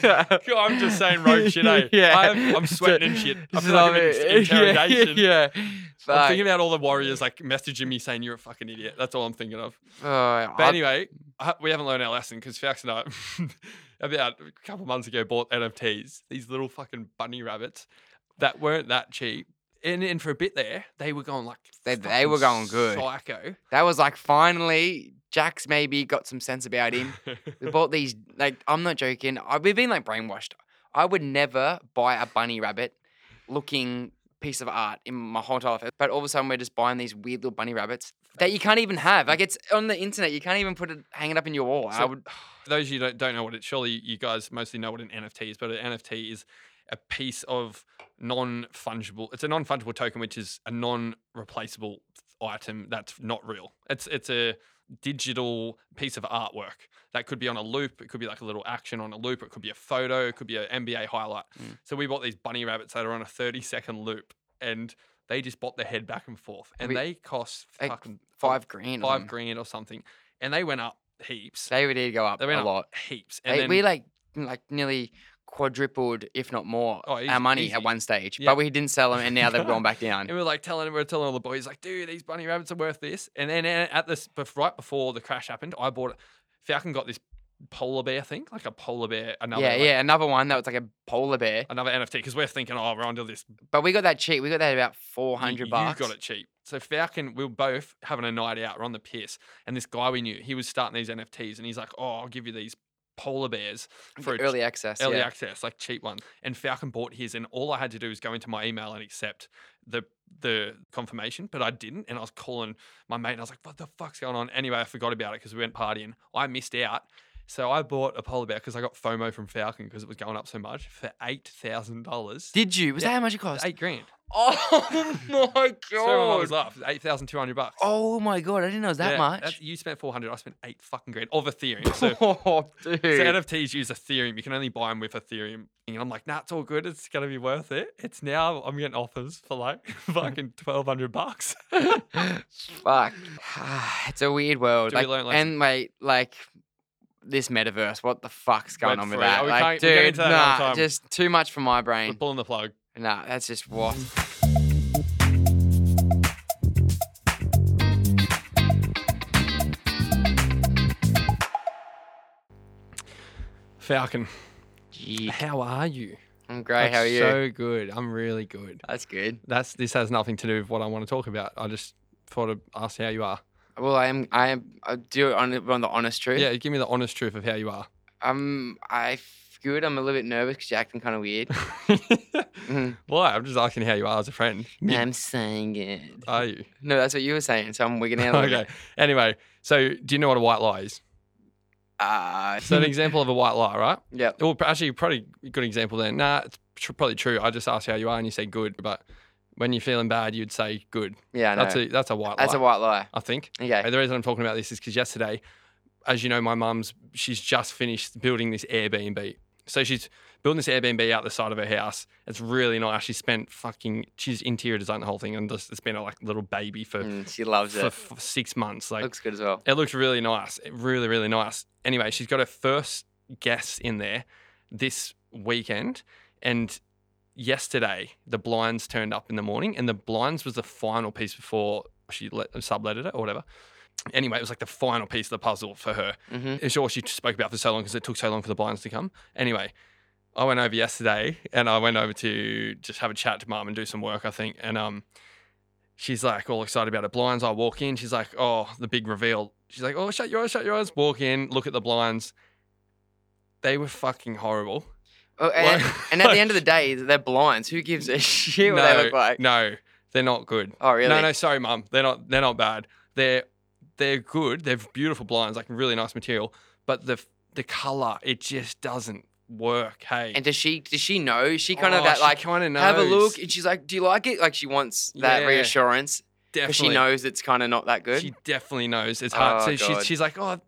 [SPEAKER 2] God, I'm just saying rogue shit, eh?
[SPEAKER 1] Yeah.
[SPEAKER 2] I'm, I'm sweating and shit. I feel
[SPEAKER 1] This is
[SPEAKER 2] like I'm in
[SPEAKER 1] what I mean.
[SPEAKER 2] just interrogation.
[SPEAKER 1] Yeah, yeah.
[SPEAKER 2] I'm
[SPEAKER 1] Fuck.
[SPEAKER 2] thinking about all the warriors like messaging me saying you're a fucking idiot. That's all I'm thinking of.
[SPEAKER 1] Oh,
[SPEAKER 2] But
[SPEAKER 1] I'll-
[SPEAKER 2] anyway, I, we haven't learned our lesson because Fax and I, about a couple months ago, bought NFTs, these little fucking bunny rabbits that weren't that cheap. And, and for a bit there, they were going like
[SPEAKER 1] They- they were
[SPEAKER 2] fucking
[SPEAKER 1] going good.
[SPEAKER 2] psycho.
[SPEAKER 1] that was like finally Jack's maybe got some sense about him. We bought these. Like, I'm not joking. I, we've been like brainwashed. I would never buy a bunny rabbit looking piece of art in my whole entire life. But all of a sudden, we're just buying these weird little bunny rabbits that you can't even have. Like, it's on the internet. You can't even put it, hang it up in your wall. I
[SPEAKER 2] So-
[SPEAKER 1] would.
[SPEAKER 2] For those of you that don't know what it, surely you guys mostly know what an NFT is, but an NFT is a piece of non fungible. It's a non fungible token, which is a non replaceable item that's not real. It's it's a digital piece of artwork that could be on a loop. It could be like a little action on a loop. It could be a photo. It could be an NBA highlight.
[SPEAKER 1] Mm.
[SPEAKER 2] So we bought these bunny rabbits that are on a thirty second loop, and they just bop their head back and forth, and
[SPEAKER 1] We-
[SPEAKER 2] they cost
[SPEAKER 1] like
[SPEAKER 2] fucking
[SPEAKER 1] Five grand.
[SPEAKER 2] five grand or something, and they went up heaps.
[SPEAKER 1] They would did go up
[SPEAKER 2] They went
[SPEAKER 1] a
[SPEAKER 2] up
[SPEAKER 1] lot.
[SPEAKER 2] heaps. And
[SPEAKER 1] They,
[SPEAKER 2] then,
[SPEAKER 1] we like like nearly quadrupled, if not more,
[SPEAKER 2] Oh, easy-
[SPEAKER 1] our money
[SPEAKER 2] easy.
[SPEAKER 1] at one stage.
[SPEAKER 2] Yeah.
[SPEAKER 1] But we didn't sell them, and now they've gone back down.
[SPEAKER 2] And we are like telling, we are telling all the boys, like, dude, these bunny rabbits are worth this. And then uh, at this, bef- right before the crash happened, I bought Falcon got this polar bear thing, like a polar bear, another Uh,
[SPEAKER 1] yeah,
[SPEAKER 2] like,
[SPEAKER 1] yeah, another one that was like a polar bear.
[SPEAKER 2] another NFT. Because we're thinking, oh, we're onto this.
[SPEAKER 1] But we got that cheap. We got that about four
[SPEAKER 2] You-
[SPEAKER 1] hundred bucks.
[SPEAKER 2] You got it cheap. So Falcon, we were both having a night out. We're on the piss, and this guy we knew, he was starting these NFTs, and he's like, oh, I'll give you these polar bears for a
[SPEAKER 1] early access.
[SPEAKER 2] early
[SPEAKER 1] yeah.
[SPEAKER 2] access, like cheap one. And Falcon bought his, and all I had to do was go into my email and accept the the confirmation, but I didn't. And I was calling my mate, and I was like, "What the fuck's going on?" Anyway, I forgot about it because we went partying. I missed out, so I bought a polar bear because I got FOMO from Falcon because it was going up so much for eight thousand dollars.
[SPEAKER 1] Did you? Was
[SPEAKER 2] Yeah.
[SPEAKER 1] that how much it cost?
[SPEAKER 2] Eight grand.
[SPEAKER 1] Oh my
[SPEAKER 2] So everyone was
[SPEAKER 1] god!
[SPEAKER 2] up. Eight thousand two hundred bucks.
[SPEAKER 1] Oh my god! I didn't know it was that
[SPEAKER 2] Yeah, that's-
[SPEAKER 1] much.
[SPEAKER 2] You spent four hundred. I spent eight fucking grand of Ethereum. So
[SPEAKER 1] oh, dude.
[SPEAKER 2] So NFTs use Ethereum. You can only buy them with Ethereum. And I'm like, nah, it's all good. It's gonna be worth it. It's now I'm getting offers for like fucking twelve hundred bucks.
[SPEAKER 1] Fuck. it's a weird world.
[SPEAKER 2] Do we
[SPEAKER 1] Like,
[SPEAKER 2] learn lessons?
[SPEAKER 1] and mate, like this metaverse, what the fuck's going
[SPEAKER 2] Web
[SPEAKER 1] on with
[SPEAKER 2] three.
[SPEAKER 1] that?
[SPEAKER 2] Oh, we
[SPEAKER 1] like,
[SPEAKER 2] can't- we'll get
[SPEAKER 1] dude,
[SPEAKER 2] into that another
[SPEAKER 1] nah,
[SPEAKER 2] time.
[SPEAKER 1] just too much for my
[SPEAKER 2] We're
[SPEAKER 1] brain.
[SPEAKER 2] pulling the plug.
[SPEAKER 1] Nah, that's just what.
[SPEAKER 2] Falcon,
[SPEAKER 1] Gee,
[SPEAKER 2] how are you?
[SPEAKER 1] I'm great. How are
[SPEAKER 2] That's
[SPEAKER 1] you?
[SPEAKER 2] So good. I'm really good.
[SPEAKER 1] that's good.
[SPEAKER 2] That's this has nothing to do with what I want to talk about. I just thought I'd ask how you are.
[SPEAKER 1] Well, I am. I am. I do it on, on the honest truth.
[SPEAKER 2] Yeah, give me the honest truth of how you are.
[SPEAKER 1] Um, I f- good. I'm a little bit nervous because you're acting kind of weird. Mhm.
[SPEAKER 2] Why? I'm just asking how you are as a friend. You-
[SPEAKER 1] I'm saying it.
[SPEAKER 2] Are you?
[SPEAKER 1] No, that's what you were saying. So I'm wigging out. a little
[SPEAKER 2] Okay.
[SPEAKER 1] bit.
[SPEAKER 2] Anyway, so do you know what a white lie is?
[SPEAKER 1] Uh,
[SPEAKER 2] So an example of a white lie, right?
[SPEAKER 1] yep.
[SPEAKER 2] Well, pr- actually, probably a good example then. Nah, it's tr- probably true. I just asked how you are, and you say good. But when you're feeling bad, you'd say good.
[SPEAKER 1] Yeah. I know.
[SPEAKER 2] That's a that's a white
[SPEAKER 1] That's
[SPEAKER 2] lie.
[SPEAKER 1] a white lie.
[SPEAKER 2] I think.
[SPEAKER 1] Okay.
[SPEAKER 2] And the reason I'm talking about this is because yesterday, as you know, my mum's she's just finished building this Airbnb. So she's building this Airbnb out the side of her house. It's really nice. She spent fucking she's interior designed the whole thing, and just, it's been a like little baby for
[SPEAKER 1] Mm, she loves
[SPEAKER 2] for,
[SPEAKER 1] it.
[SPEAKER 2] for six months. Like
[SPEAKER 1] Looks good as well.
[SPEAKER 2] it looks really nice. It Really, really nice. Anyway, she's got her first guest in there this weekend. And yesterday, the blinds turned up in the morning, and the blinds was the final piece before she let, subletted it or whatever. Anyway, it was like the final piece of the puzzle for her.
[SPEAKER 1] Mm-hmm.
[SPEAKER 2] It's all she spoke about for so long because it took so long for the blinds to come. Anyway, I went over yesterday and I went over to just have a chat to mum and do some work, I think. And um, she's like all excited about the blinds. I walk in, she's like, oh, the big reveal. She's like, oh, shut your eyes, shut your eyes. Walk in, look at the blinds. They were fucking horrible.
[SPEAKER 1] Oh, and,
[SPEAKER 2] Like-
[SPEAKER 1] and at the end of the day, they're blinds. Who gives a shit what
[SPEAKER 2] no,
[SPEAKER 1] they look like?
[SPEAKER 2] No, They're not good.
[SPEAKER 1] Oh, really?
[SPEAKER 2] No, no, sorry, mum. They're not. They're not bad. They're they're good. They're beautiful blinds, like really nice material. But the the color, it just doesn't work. Hey, Oh,
[SPEAKER 1] And does she does she know? She kind of that like
[SPEAKER 2] kind of
[SPEAKER 1] have a look, and she's like, "Do you like it?" Like she wants that
[SPEAKER 2] Yeah.
[SPEAKER 1] reassurance because
[SPEAKER 2] Definitely,
[SPEAKER 1] she knows it's kind of not that good.
[SPEAKER 2] She definitely knows. It's hard.
[SPEAKER 1] Oh,
[SPEAKER 2] so she's
[SPEAKER 1] God.
[SPEAKER 2] she's like, oh.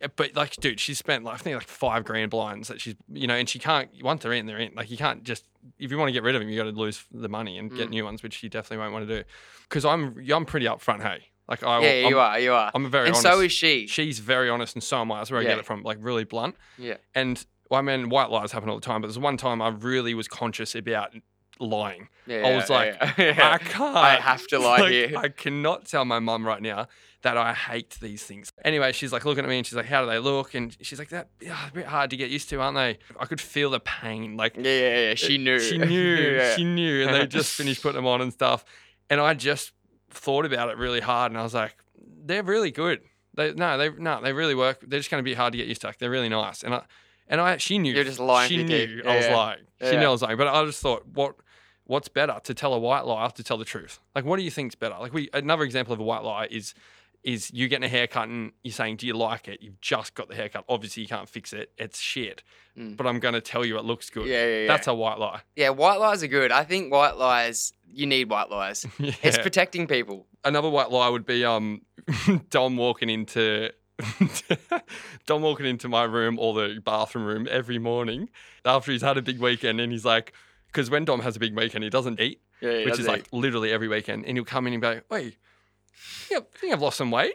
[SPEAKER 2] yeah, But like, dude, she spent like I think like five grand blinds that she's you know, and she can't once they're in, they're in. Like you can't just if you want to get rid of them, you got to lose the money and get
[SPEAKER 1] Mm.
[SPEAKER 2] new ones, which she definitely won't want to do. Because I'm I'm pretty upfront, hey. Like I,
[SPEAKER 1] yeah,
[SPEAKER 2] I'm,
[SPEAKER 1] you are, you are,
[SPEAKER 2] I'm a very
[SPEAKER 1] and
[SPEAKER 2] honest.
[SPEAKER 1] so is she.
[SPEAKER 2] she's very honest, and so am I. That's where I
[SPEAKER 1] Yeah.
[SPEAKER 2] get it from. Like really blunt.
[SPEAKER 1] Yeah.
[SPEAKER 2] And well, I mean, white lies happen all the time, but there's one time I really was conscious about lying.
[SPEAKER 1] yeah,
[SPEAKER 2] I was
[SPEAKER 1] yeah,
[SPEAKER 2] like,
[SPEAKER 1] yeah, yeah.
[SPEAKER 2] I can't.
[SPEAKER 1] I have to lie
[SPEAKER 2] Like,
[SPEAKER 1] here.
[SPEAKER 2] I cannot tell my mum right now that I hate these things. Anyway, she's like looking at me and she's like, "How do they look?" And she's like, "That yeah, a bit hard to get used to, aren't they?" I could feel the pain. Like
[SPEAKER 1] yeah, yeah, yeah. She knew.
[SPEAKER 2] she knew,
[SPEAKER 1] Yeah.
[SPEAKER 2] she knew, and they just finished putting them on and stuff. And I just thought about it really hard, and I was like, "They're really good. They no, they no, they really work. They're just going to be hard to get used to. Like, they're really nice." And I and I she knew.
[SPEAKER 1] You're just lying
[SPEAKER 2] She
[SPEAKER 1] to your
[SPEAKER 2] knew.
[SPEAKER 1] kid.
[SPEAKER 2] I was
[SPEAKER 1] Yeah.
[SPEAKER 2] lying. She
[SPEAKER 1] Yeah.
[SPEAKER 2] knew I was lying. But I just thought, what what's better to tell a white lie or to tell the truth? Like, what do you think's better? Like, we another example of a white lie is is you getting a haircut and you're saying, "Do you like it?" You've just got the haircut. Obviously, you can't fix it. It's shit.
[SPEAKER 1] Mm.
[SPEAKER 2] But I'm going to tell you it looks good.
[SPEAKER 1] yeah, yeah, yeah.
[SPEAKER 2] That's a white lie.
[SPEAKER 1] yeah, white lies are good. I think white lies. You need white lies.
[SPEAKER 2] Yeah.
[SPEAKER 1] It's protecting people.
[SPEAKER 2] Another white lie would be um, Dom walking into Dom walking into my room or the bathroom room every morning after he's had a big weekend, and he's like, because when Dom has a big weekend, he doesn't eat,
[SPEAKER 1] Yeah,
[SPEAKER 2] which is like literally every weekend, and he'll come in and be like, "Wait, I think I've- I think I've lost some weight."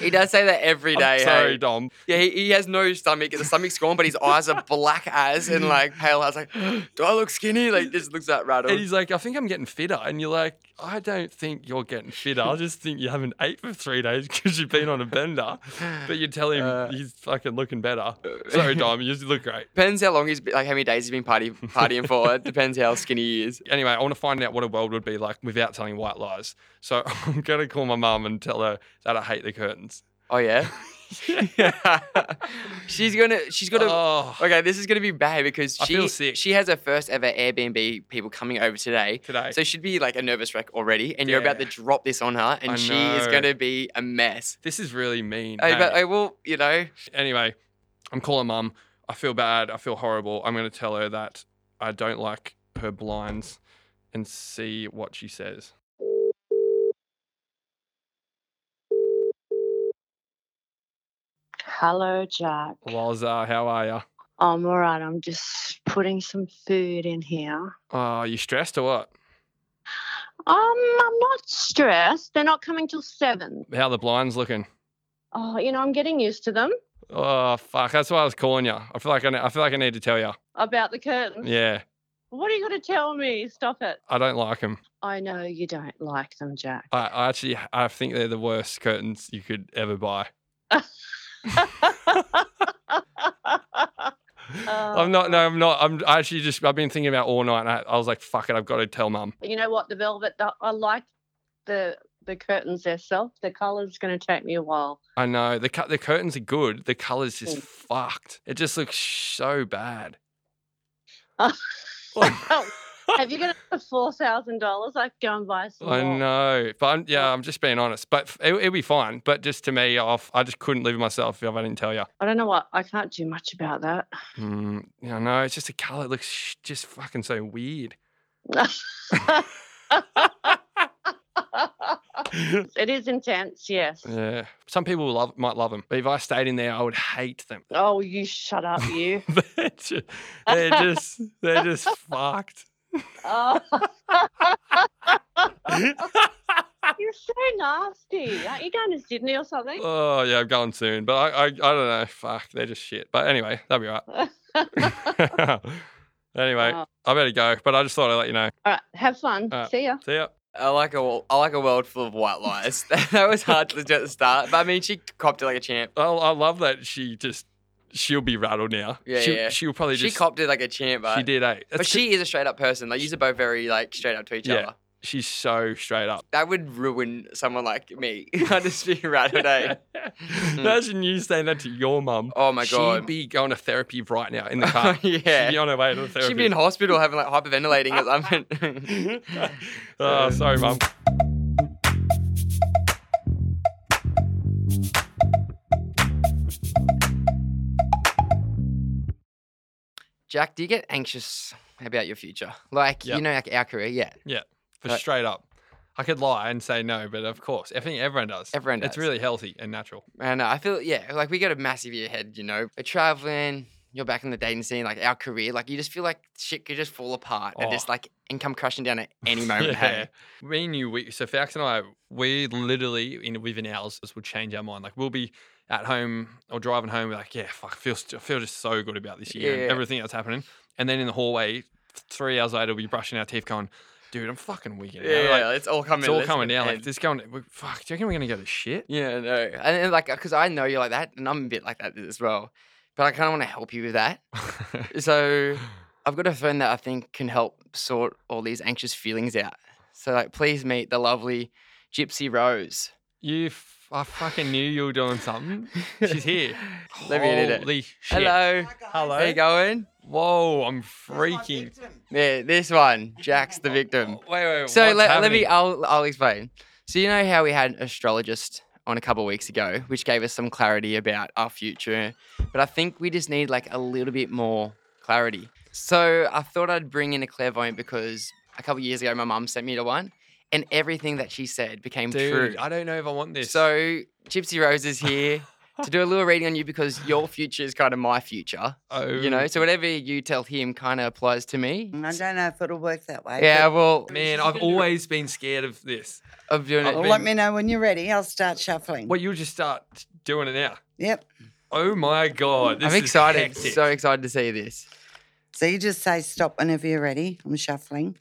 [SPEAKER 1] he does say that every day.
[SPEAKER 2] I'm
[SPEAKER 1] hey?
[SPEAKER 2] sorry, Dom.
[SPEAKER 1] Yeah, he, he has no stomach. The stomach's gone, but his eyes are black as and like pale as. Like, do I look skinny? Like, just looks that rattled.
[SPEAKER 2] And he's like, I think I'm getting fitter. And you're like, I don't think you're getting fitter. I just think you haven't ate for three days because you've been on a bender. But you tell him
[SPEAKER 1] Uh.
[SPEAKER 2] he's fucking looking better. Sorry, Dom, you look great.
[SPEAKER 1] Depends how long he's been, like how many days he's been party, partying for. It depends how skinny he is.
[SPEAKER 2] Anyway, I want to find out what a world would be like without telling white lies. So I'm going to call my mum and tell her that I hate the curtains.
[SPEAKER 1] Oh yeah. she's gonna. She's gonna.
[SPEAKER 2] oh,
[SPEAKER 1] okay, this is gonna be bad because
[SPEAKER 2] I
[SPEAKER 1] she
[SPEAKER 2] feel sick.
[SPEAKER 1] she has her first ever Airbnb people coming over today.
[SPEAKER 2] today.
[SPEAKER 1] So she'd be like a nervous wreck already, and you're about to
[SPEAKER 2] Yeah.
[SPEAKER 1] drop this on her, and
[SPEAKER 2] I
[SPEAKER 1] she is
[SPEAKER 2] know.
[SPEAKER 1] gonna be a mess.
[SPEAKER 2] this is really mean.
[SPEAKER 1] Hey,
[SPEAKER 2] hey. uh,
[SPEAKER 1] but I will, you know.
[SPEAKER 2] anyway, I'm calling mum. I feel bad. I feel horrible. I'm going to tell her that I don't like her blinds and see what she says.
[SPEAKER 5] Hello, Jack.
[SPEAKER 2] Liza, how are you?
[SPEAKER 5] I'm all right. I'm just putting some food in here.
[SPEAKER 2] Oh, are you stressed or what?
[SPEAKER 5] Um, I'm not stressed. They're not coming till seven.
[SPEAKER 2] How are the blinds looking?
[SPEAKER 5] Oh, you know, I'm getting used to them.
[SPEAKER 2] Oh fuck, that's why I was calling you. I feel like I, ne- I feel like I need to tell you.
[SPEAKER 5] About the curtains.
[SPEAKER 2] Yeah,
[SPEAKER 5] What are you going to tell me? Stop it.
[SPEAKER 2] I don't like them.
[SPEAKER 5] I know you don't like them, Jack.
[SPEAKER 2] I, I actually I think they're the worst curtains you could ever buy.
[SPEAKER 5] Oh, Um,
[SPEAKER 2] I'm not. No, I'm not. I'm I actually just. I've been thinking about it all night, and I, I was like, "Fuck it, I've got to tell mum."
[SPEAKER 5] you know what? The velvet. The, I like the the curtains themselves. The color's going to take me a while.
[SPEAKER 2] I know the cu- the curtains are good. The colors just
[SPEAKER 5] Mm.
[SPEAKER 2] fucked. It just looks so bad.
[SPEAKER 5] Have you got four thousand dollars? I could go and buy some.
[SPEAKER 2] I
[SPEAKER 5] more.
[SPEAKER 2] know, but I'm, yeah, I'm just being honest. But f- it, it'll be fine. But just to me, I've, I just couldn't live with myself if I didn't tell you.
[SPEAKER 5] I don't know what. I can't do much about that.
[SPEAKER 2] Mm, yeah, no, it's just the color looks sh- just fucking so weird.
[SPEAKER 5] it is intense, yes.
[SPEAKER 2] Yeah, some people will love might love them, but if I stayed in there, I would hate them.
[SPEAKER 5] Oh, you shut up, you.
[SPEAKER 2] they're, just, they're just they're just fucked.
[SPEAKER 5] oh, you're so nasty. Aren't you going to Sydney or something?
[SPEAKER 2] Oh yeah, I'm going soon, but I, I I don't know. Fuck, they're just shit. But anyway, that'll be all right. anyway,
[SPEAKER 5] Oh.
[SPEAKER 2] I better go. But I just thought I'd let you know.
[SPEAKER 5] All right, have fun.
[SPEAKER 2] Uh,
[SPEAKER 5] See ya.
[SPEAKER 2] See ya.
[SPEAKER 1] I like a wo- I like a world full of white lies. that was hard to do at the start, but I mean, she copped it like a champ.
[SPEAKER 2] I, I love that she just she'll be rattled now.
[SPEAKER 1] Yeah,
[SPEAKER 2] she'll,
[SPEAKER 1] yeah.
[SPEAKER 2] she'll probably
[SPEAKER 1] She
[SPEAKER 2] just
[SPEAKER 1] copped it like a champ, but
[SPEAKER 2] she did. Eh?
[SPEAKER 1] But
[SPEAKER 2] That's-
[SPEAKER 1] she is a straight up person. Like, you are both very like straight up to each
[SPEAKER 2] Yeah.
[SPEAKER 1] other.
[SPEAKER 2] She's so straight up.
[SPEAKER 1] That would ruin someone like me. I'd just be rattled, eh?
[SPEAKER 2] Imagine you saying that to your mum.
[SPEAKER 1] Oh my
[SPEAKER 2] She'd
[SPEAKER 1] God.
[SPEAKER 2] be going to therapy right now in the car. She'd
[SPEAKER 1] yeah.
[SPEAKER 2] be on her way to therapy.
[SPEAKER 1] She'd be in hospital having like hyperventilating or something.
[SPEAKER 2] oh, sorry, mum.
[SPEAKER 1] Jack, do you get anxious about your future? Like,
[SPEAKER 2] Yep.
[SPEAKER 1] you know, like our career, yeah.
[SPEAKER 2] For
[SPEAKER 1] Right.
[SPEAKER 2] straight up. I could lie and say no, but of course, I think everyone does.
[SPEAKER 1] Everyone
[SPEAKER 2] It's
[SPEAKER 1] does.
[SPEAKER 2] really healthy and natural.
[SPEAKER 1] And uh, I feel, yeah, like we got a massive year ahead, you know. We're traveling, you're back in the dating scene, like our career, like you just feel like shit could just fall apart and
[SPEAKER 2] Oh.
[SPEAKER 1] just like income crashing down at any moment. Hey,
[SPEAKER 2] Me and you, we, so Fax and I, we literally in within hours would change our mind. Like we'll be at home or driving home, we're like, yeah, fuck, I feel, st- I feel just so good about this year and
[SPEAKER 1] Yeah.
[SPEAKER 2] everything that's happening. And then in the hallway, three hours later, we'll be brushing our teeth, going, dude, I'm fucking wigging. out."
[SPEAKER 1] yeah,
[SPEAKER 2] Like,
[SPEAKER 1] it's all coming.
[SPEAKER 2] it's all
[SPEAKER 1] let's
[SPEAKER 2] coming
[SPEAKER 1] go
[SPEAKER 2] down. Like
[SPEAKER 1] ahead.
[SPEAKER 2] this going, we- fuck, do you reckon we're gonna go to shit?
[SPEAKER 1] yeah, no, and, and like because I know you're like that, and I'm a bit like that as well. But I kind of want to help you with that. So I've got a friend that I think can help sort all these anxious feelings out. So like, please meet the lovely Gypsy Rose.
[SPEAKER 2] you, f- I fucking knew you were doing something. She's here.
[SPEAKER 1] Let me edit it.
[SPEAKER 2] Holy shit.
[SPEAKER 1] Hello.
[SPEAKER 2] Hello.
[SPEAKER 1] How you going?
[SPEAKER 2] Whoa, I'm freaking.
[SPEAKER 1] Yeah, this one. Jack's the victim.
[SPEAKER 2] Wait, wait.
[SPEAKER 1] So
[SPEAKER 2] what's
[SPEAKER 1] let, let
[SPEAKER 2] happening?
[SPEAKER 1] me, I'll, I'll explain. So, you know how we had an astrologist on a couple of weeks ago, which gave us some clarity about our future. But I think we just need like a little bit more clarity. So, I thought I'd bring in a clairvoyant because a couple of years ago, my mum sent me to one and everything that she said became
[SPEAKER 2] Dude,
[SPEAKER 1] true.
[SPEAKER 2] I don't know if I want this.
[SPEAKER 1] So, Gypsy Rose is here to do a little reading on you because your future is kind of my future.
[SPEAKER 2] oh,
[SPEAKER 1] You know, so whatever you tell him kind of applies to me.
[SPEAKER 6] Mm, I don't know if it'll work that way.
[SPEAKER 1] Yeah, well,
[SPEAKER 2] man, I've always been scared of this.
[SPEAKER 1] of doing
[SPEAKER 2] I'll
[SPEAKER 1] it.
[SPEAKER 6] Well,
[SPEAKER 1] but-
[SPEAKER 6] let me know when you're ready. I'll start shuffling.
[SPEAKER 2] Well, you'll just start doing it now.
[SPEAKER 6] Yep.
[SPEAKER 2] Oh my god, this
[SPEAKER 1] I'm
[SPEAKER 2] is
[SPEAKER 1] excited.
[SPEAKER 2] hectic.
[SPEAKER 1] So excited to see this.
[SPEAKER 6] So you just say stop whenever you're ready. I'm shuffling.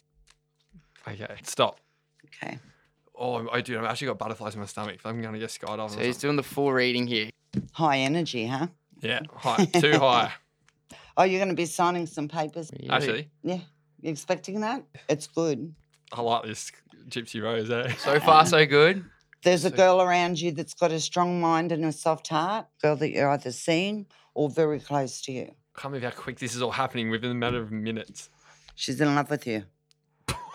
[SPEAKER 2] okay, stop.
[SPEAKER 6] Okay.
[SPEAKER 2] Oh, I'm- oh, dude, I've actually got butterflies in my stomach. I'm gonna get skydiving. or
[SPEAKER 1] So he's
[SPEAKER 2] something.
[SPEAKER 1] doing the full reading here.
[SPEAKER 6] High energy, huh?
[SPEAKER 2] yeah, high, too high.
[SPEAKER 6] Oh, you're going to be signing some papers.
[SPEAKER 1] Really.
[SPEAKER 2] Actually,
[SPEAKER 6] Yeah. You expecting that? It's good.
[SPEAKER 2] I like this Gypsy Rose. Eh?
[SPEAKER 1] so far so good.
[SPEAKER 6] There's a
[SPEAKER 2] So-
[SPEAKER 6] girl around you that's got a strong mind and a soft heart, girl that you're either seeing or very close to you.
[SPEAKER 2] can't believe how quick this is all happening within a matter of minutes.
[SPEAKER 6] She's in love with you.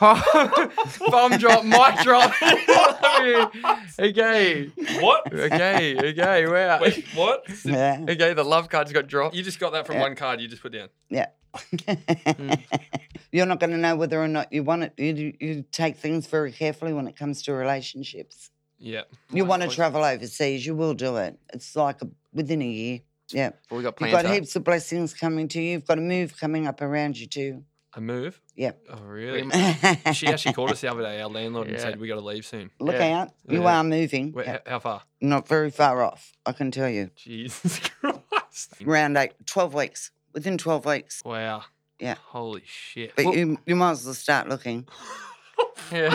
[SPEAKER 1] Bomb drop, mic drop. okay,
[SPEAKER 2] What?
[SPEAKER 1] okay, okay. Wow.
[SPEAKER 2] Wait, what?
[SPEAKER 6] Yeah.
[SPEAKER 1] Okay, the love card's got dropped.
[SPEAKER 2] You just got that from
[SPEAKER 6] Yeah.
[SPEAKER 2] one card you just put down.
[SPEAKER 6] you're not going to know whether or not you want it. You, you take things very carefully when it comes to relationships.
[SPEAKER 2] Yeah.
[SPEAKER 6] You
[SPEAKER 1] Right,
[SPEAKER 6] want to
[SPEAKER 1] please.
[SPEAKER 6] travel overseas, you will do it. It's like a, within a year. Yeah.
[SPEAKER 1] Well, we got
[SPEAKER 6] You've
[SPEAKER 1] plans.
[SPEAKER 6] got
[SPEAKER 1] up.
[SPEAKER 6] heaps of blessings coming to you. You've got a move coming up around you, too.
[SPEAKER 2] A move?
[SPEAKER 6] Yeah.
[SPEAKER 2] Oh, really?
[SPEAKER 1] Wait,
[SPEAKER 2] she actually called us the other day, our landlord, and
[SPEAKER 1] Yeah.
[SPEAKER 2] said, we got to leave soon.
[SPEAKER 6] Look
[SPEAKER 1] Yeah.
[SPEAKER 6] out. You
[SPEAKER 2] Yeah.
[SPEAKER 6] are moving.
[SPEAKER 2] Wait,
[SPEAKER 6] Yeah.
[SPEAKER 2] h- How far?
[SPEAKER 6] Not very far off, I can tell you.
[SPEAKER 2] Jesus Christ.
[SPEAKER 6] Round eight, 12 weeks, within 12 weeks.
[SPEAKER 2] Wow.
[SPEAKER 6] Yeah.
[SPEAKER 2] Holy shit.
[SPEAKER 6] But you, you might as well start looking.
[SPEAKER 1] Yeah.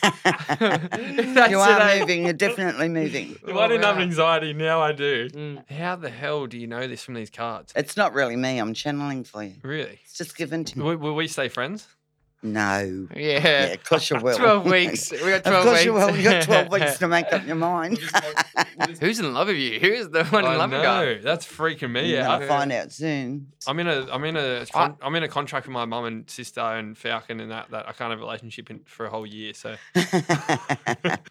[SPEAKER 1] That's
[SPEAKER 6] you are
[SPEAKER 1] it, eh?
[SPEAKER 6] moving. You're definitely moving.
[SPEAKER 2] If I didn't have anxiety, now I do.
[SPEAKER 1] Mm.
[SPEAKER 2] Oh, How the hell do you know this from these cards?
[SPEAKER 6] It's not really me. I'm channeling for you.
[SPEAKER 2] Really?
[SPEAKER 6] It's just given to me.
[SPEAKER 2] Will, will we stay friends?
[SPEAKER 6] No. Yeah,
[SPEAKER 1] Yeah.
[SPEAKER 6] of course you will.
[SPEAKER 1] Twelve weeks. We got
[SPEAKER 6] Of
[SPEAKER 1] twelve
[SPEAKER 6] course
[SPEAKER 1] weeks.
[SPEAKER 6] you will. You've got 12 weeks to make up your mind.
[SPEAKER 1] Who's in love with you? Who is the one in
[SPEAKER 2] I
[SPEAKER 1] love with you?
[SPEAKER 2] know. That's freaking me
[SPEAKER 6] You're
[SPEAKER 2] out.
[SPEAKER 6] gonna find out soon.
[SPEAKER 2] I'm in a I'm in a con- I'm in a contract with my mum and sister and Falcon and that that I can't have a relationship in, for a whole year. So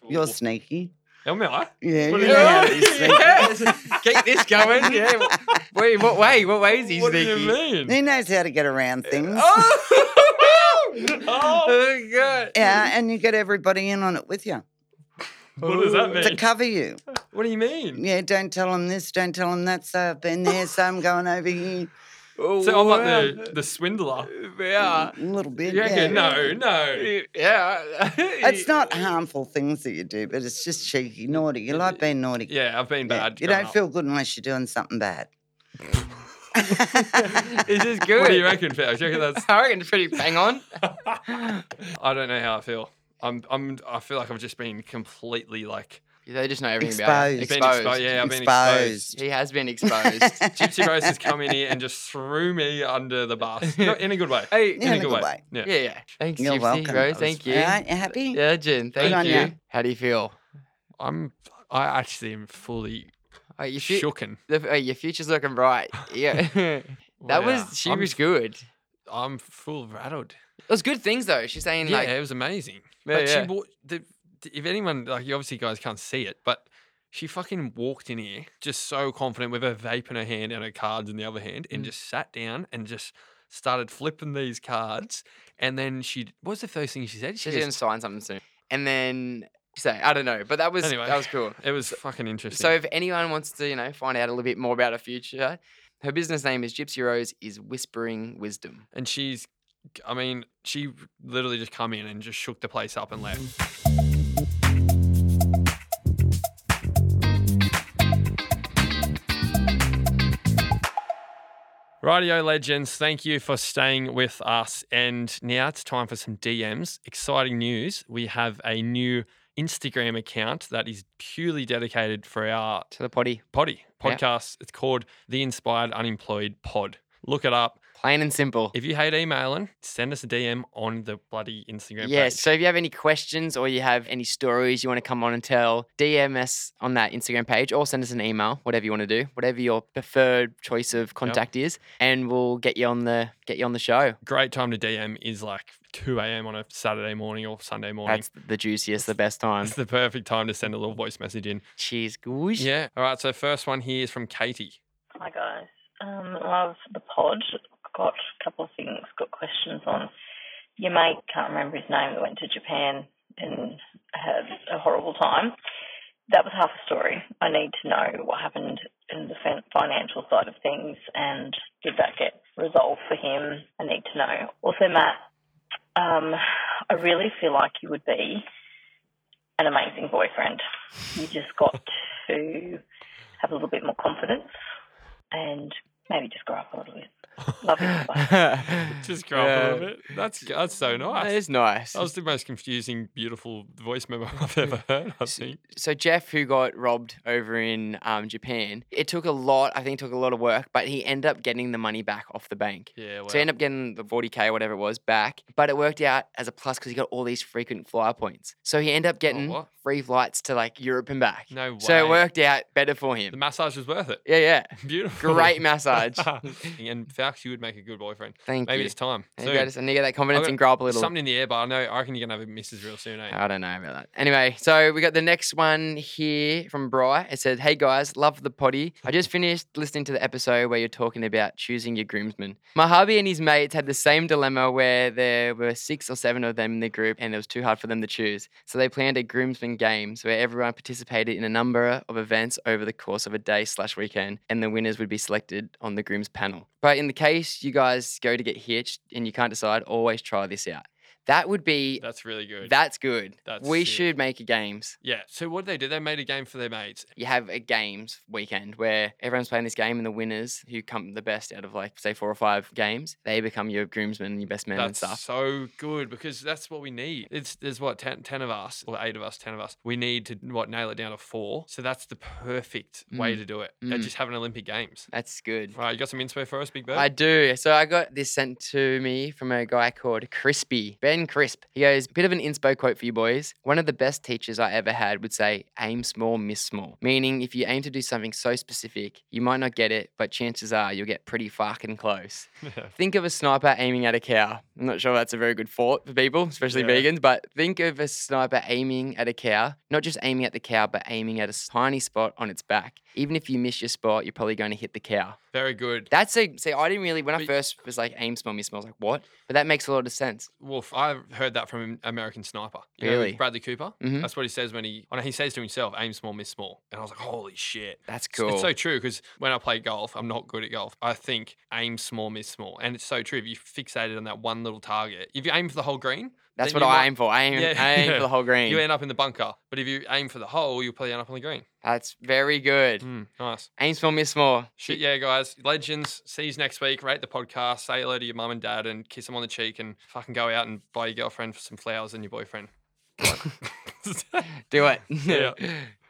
[SPEAKER 6] You're sneaky.
[SPEAKER 2] am I?
[SPEAKER 6] Yeah,
[SPEAKER 2] What
[SPEAKER 6] you
[SPEAKER 2] do
[SPEAKER 6] know how to be
[SPEAKER 2] you-
[SPEAKER 6] sneaky.
[SPEAKER 1] Yes. Keep this going. Yeah. Wait, what way? What way is he
[SPEAKER 2] what
[SPEAKER 1] sneaky?
[SPEAKER 2] do you mean?
[SPEAKER 6] He knows how to get around things.
[SPEAKER 1] Oh, oh god.
[SPEAKER 6] Yeah, and you get everybody in on it with you
[SPEAKER 2] What does that
[SPEAKER 6] to
[SPEAKER 2] mean?
[SPEAKER 6] cover you.
[SPEAKER 2] What do you mean?
[SPEAKER 6] Yeah, don't tell them this, don't tell them that. So I've been there, so I'm going over here
[SPEAKER 1] Oh,
[SPEAKER 2] So I'm like the, the swindler.
[SPEAKER 1] Yeah.
[SPEAKER 6] a little bit.
[SPEAKER 2] You
[SPEAKER 6] yeah.
[SPEAKER 2] reckon? No, no.
[SPEAKER 1] Yeah.
[SPEAKER 6] It's not harmful things that you do, but it's just cheeky, naughty. You like being naughty.
[SPEAKER 2] Yeah, I've been
[SPEAKER 6] Yeah,
[SPEAKER 2] bad.
[SPEAKER 6] You
[SPEAKER 2] growing
[SPEAKER 6] don't
[SPEAKER 2] up.
[SPEAKER 6] feel good unless you're doing something bad.
[SPEAKER 1] This is good.
[SPEAKER 2] What do you reckon, Felix? You reckon that's?
[SPEAKER 1] I reckon it's pretty bang on.
[SPEAKER 2] I don't know how I feel. I'm, I'm. I feel like I've just been completely like
[SPEAKER 1] They just know everything about it.
[SPEAKER 6] Exposed.
[SPEAKER 2] Been
[SPEAKER 1] Exposed.
[SPEAKER 2] expo- yeah, I've been exposed.
[SPEAKER 6] Exposed.
[SPEAKER 1] He has been exposed.
[SPEAKER 2] Gypsy Rose has come in here and just threw me under the bus. No, in a good way.
[SPEAKER 1] hey,
[SPEAKER 6] Yeah, in a good way.
[SPEAKER 1] yeah, yeah. Thanks,
[SPEAKER 6] You're
[SPEAKER 1] Gypsy
[SPEAKER 6] welcome.
[SPEAKER 1] Rose. Thank you.
[SPEAKER 6] All right, you happy?
[SPEAKER 1] Yeah, Jen.
[SPEAKER 6] on
[SPEAKER 1] Thank you.
[SPEAKER 6] ya.
[SPEAKER 1] How do you feel?
[SPEAKER 2] I'm. I actually am fully
[SPEAKER 1] Uh, your, fu-
[SPEAKER 2] shooken.
[SPEAKER 1] the- uh, your future's looking bright. Yeah. that
[SPEAKER 2] Wow.
[SPEAKER 1] was, she
[SPEAKER 2] I'm,
[SPEAKER 1] was good. It
[SPEAKER 2] I'm full rattled.
[SPEAKER 1] was good things, though. She's saying,
[SPEAKER 2] yeah,
[SPEAKER 1] like,
[SPEAKER 2] it was amazing.
[SPEAKER 1] Yeah,
[SPEAKER 2] like
[SPEAKER 1] yeah.
[SPEAKER 2] she walked. The, the- if anyone like, you obviously guys can't see it, but she fucking walked in here just so confident with her vape in her hand and her cards in the other hand, and
[SPEAKER 1] Mm.
[SPEAKER 2] just sat down and just started flipping these cards. And then she, what was the first thing she said? She
[SPEAKER 1] she's
[SPEAKER 2] goes,
[SPEAKER 1] going to sign something soon. And then, say, I don't know, but that was,
[SPEAKER 2] Anyway.
[SPEAKER 1] that was cool.
[SPEAKER 2] It was fucking interesting.
[SPEAKER 1] So if anyone wants to, you know, find out a little bit more about her future, her business name is Gypsy Rose is Whispering Wisdom.
[SPEAKER 2] and she's, I mean, she literally just come in and just shook the place up and left. Rightio legends, thank you for staying with us. And now it's time for some DMs. Exciting news. We have a new Instagram account that is purely dedicated for our
[SPEAKER 1] To the potty.
[SPEAKER 2] potty
[SPEAKER 1] Yeah.
[SPEAKER 2] podcast. It's called The Inspired Unemployed Pod. Look it up.
[SPEAKER 1] Plain and simple.
[SPEAKER 2] If you hate emailing, send us a DM on the bloody Instagram
[SPEAKER 1] Yes.
[SPEAKER 2] page.
[SPEAKER 1] So if you have any questions or you have any stories you want to come on and tell, DM us on that Instagram page or send us an email, whatever you want to do, whatever your preferred choice of contact is, and we'll get you on the get you on the show.
[SPEAKER 2] Great time to DM is like 2 a.m. on a Saturday morning or Sunday morning.
[SPEAKER 1] That's the juiciest, the best time.
[SPEAKER 2] it's the perfect time to send a little voice message in.
[SPEAKER 1] Cheers, goosh.
[SPEAKER 2] Yeah. All right. So first one here is from Katie.
[SPEAKER 7] Hi guys, Oh um, love the pod. Got a couple of things. Got questions on your mate. Can't remember his name. That went to Japan and had a horrible time. That was half a story. I need to know what happened in the fin- financial side of things and did that get resolved for him? I need to know. Also, Matt, um, I really feel like you would be an amazing boyfriend. You just got to have a little bit more confidence and maybe just grow up a little bit. Love you. Bye.
[SPEAKER 2] Just grow up a little bit. That's that's so
[SPEAKER 1] Uh, That
[SPEAKER 2] nice.
[SPEAKER 1] is nice.
[SPEAKER 2] That was the most confusing, beautiful voice memo I've ever heard. I think.
[SPEAKER 1] so Jeff, who got robbed over in um, Japan, it took a lot. I think it took a lot of work, but he ended up getting the money back off the bank.
[SPEAKER 2] Yeah. Wow.
[SPEAKER 1] So he ended up getting the 40k, whatever it was, back. But it worked out as a plus because he got all these frequent flyer points. So he ended up getting
[SPEAKER 2] Oh, what?
[SPEAKER 1] free flights to like Europe and back.
[SPEAKER 2] no way.
[SPEAKER 1] So it worked out better for
[SPEAKER 2] The
[SPEAKER 1] him.
[SPEAKER 2] massage was worth it.
[SPEAKER 1] Yeah, yeah.
[SPEAKER 2] Beautiful.
[SPEAKER 1] Great massage.
[SPEAKER 2] and Falx, you would make a good boyfriend.
[SPEAKER 1] Thank
[SPEAKER 2] Maybe
[SPEAKER 1] you.
[SPEAKER 2] it's time.
[SPEAKER 1] Maybe
[SPEAKER 2] Soon.
[SPEAKER 1] I just I need to get that confidence
[SPEAKER 2] got
[SPEAKER 1] and grow up a little.
[SPEAKER 2] Something in the air, but I know I reckon you're gonna have a missus real soon, eh?
[SPEAKER 1] I don't know about that. Anyway, so we got the next one here from Bry. It said, Hey guys, love the potty. I just finished listening to the episode where you're talking about choosing your groomsmen. My hubby and his mates had the same dilemma where there were six or seven of them in the group and it was too hard for them to choose. So they planned a groomsmen games where everyone participated in a number of events over the course of a day slash weekend and the winners would be selected on the groom's panel. But in the case you guys go to get hitched and you can't decide, always try this out. That would be
[SPEAKER 2] That's really good.
[SPEAKER 1] that's good.
[SPEAKER 2] That's
[SPEAKER 1] we
[SPEAKER 2] sick.
[SPEAKER 1] should make a games.
[SPEAKER 2] yeah. So what did they do? They made a game for their mates.
[SPEAKER 1] You have a games weekend where everyone's playing this game, and the winners who come the best out of like say four or five games, they become your groomsmen and your best men and
[SPEAKER 2] That's
[SPEAKER 1] stuff.
[SPEAKER 2] so good because that's what we need. It's there's what 10, 10 of us or eight of us, ten of us. We need to what nail it down to four. So that's the perfect way
[SPEAKER 1] Mm.
[SPEAKER 2] to do it. Uh,
[SPEAKER 1] Mm.
[SPEAKER 2] Just have an Olympic Games.
[SPEAKER 1] That's good.
[SPEAKER 2] Right, you got some inspo for us, Big Bird.
[SPEAKER 1] I do. So I got this sent to me from a guy called Crispy, Ben Crisp. He goes, bit of an inspo quote for you boys. One of the best teachers I ever had would say, aim small, miss small. Meaning, if you aim to do something so specific, you might not get it, but chances are you'll get pretty fucking close. Think of a sniper aiming at a cow. I'm not sure that's a very good thought for people, especially
[SPEAKER 2] Yeah.
[SPEAKER 1] vegans, but think of a sniper aiming at a cow, not just aiming at the cow, but aiming at a tiny spot on its back. Even if you miss your spot, you're probably going to hit the cow.
[SPEAKER 2] Very good.
[SPEAKER 1] That's a see. I didn't really when I
[SPEAKER 2] But-
[SPEAKER 1] first was like aim smell, miss smell. I was like what? But that makes a lot of sense.
[SPEAKER 2] Wolf, I heard that from American Sniper. You
[SPEAKER 1] Really?
[SPEAKER 2] Know, Bradley Cooper.
[SPEAKER 1] Mhm.
[SPEAKER 2] That's what he says when he, oh no, he says to himself, aim small, miss small. And I was like, holy shit.
[SPEAKER 1] That's
[SPEAKER 2] It's-
[SPEAKER 1] cool.
[SPEAKER 2] It's so true because when I play golf, I'm not good at golf. I think aim small, miss small. And it's so true. If you fixated on that one little target, if you aim for the whole green,
[SPEAKER 1] That's
[SPEAKER 2] then
[SPEAKER 1] what
[SPEAKER 2] you
[SPEAKER 1] I
[SPEAKER 2] might-
[SPEAKER 1] aim for. I aim,
[SPEAKER 2] Yeah,
[SPEAKER 1] I aim
[SPEAKER 2] yeah.
[SPEAKER 1] for the whole green.
[SPEAKER 2] You end up in the bunker. But if you aim for the hole, you'll probably end up on the green.
[SPEAKER 1] That's very good.
[SPEAKER 2] Mm, nice.
[SPEAKER 1] Aim small, miss small.
[SPEAKER 2] Shit, yeah, guys. Legends. See you next week. Rate the podcast. Say hello to your mum and dad and kiss them on the cheek and fucking go out and buy your girlfriend some flowers and your boyfriend.
[SPEAKER 1] Do it.
[SPEAKER 2] Yeah.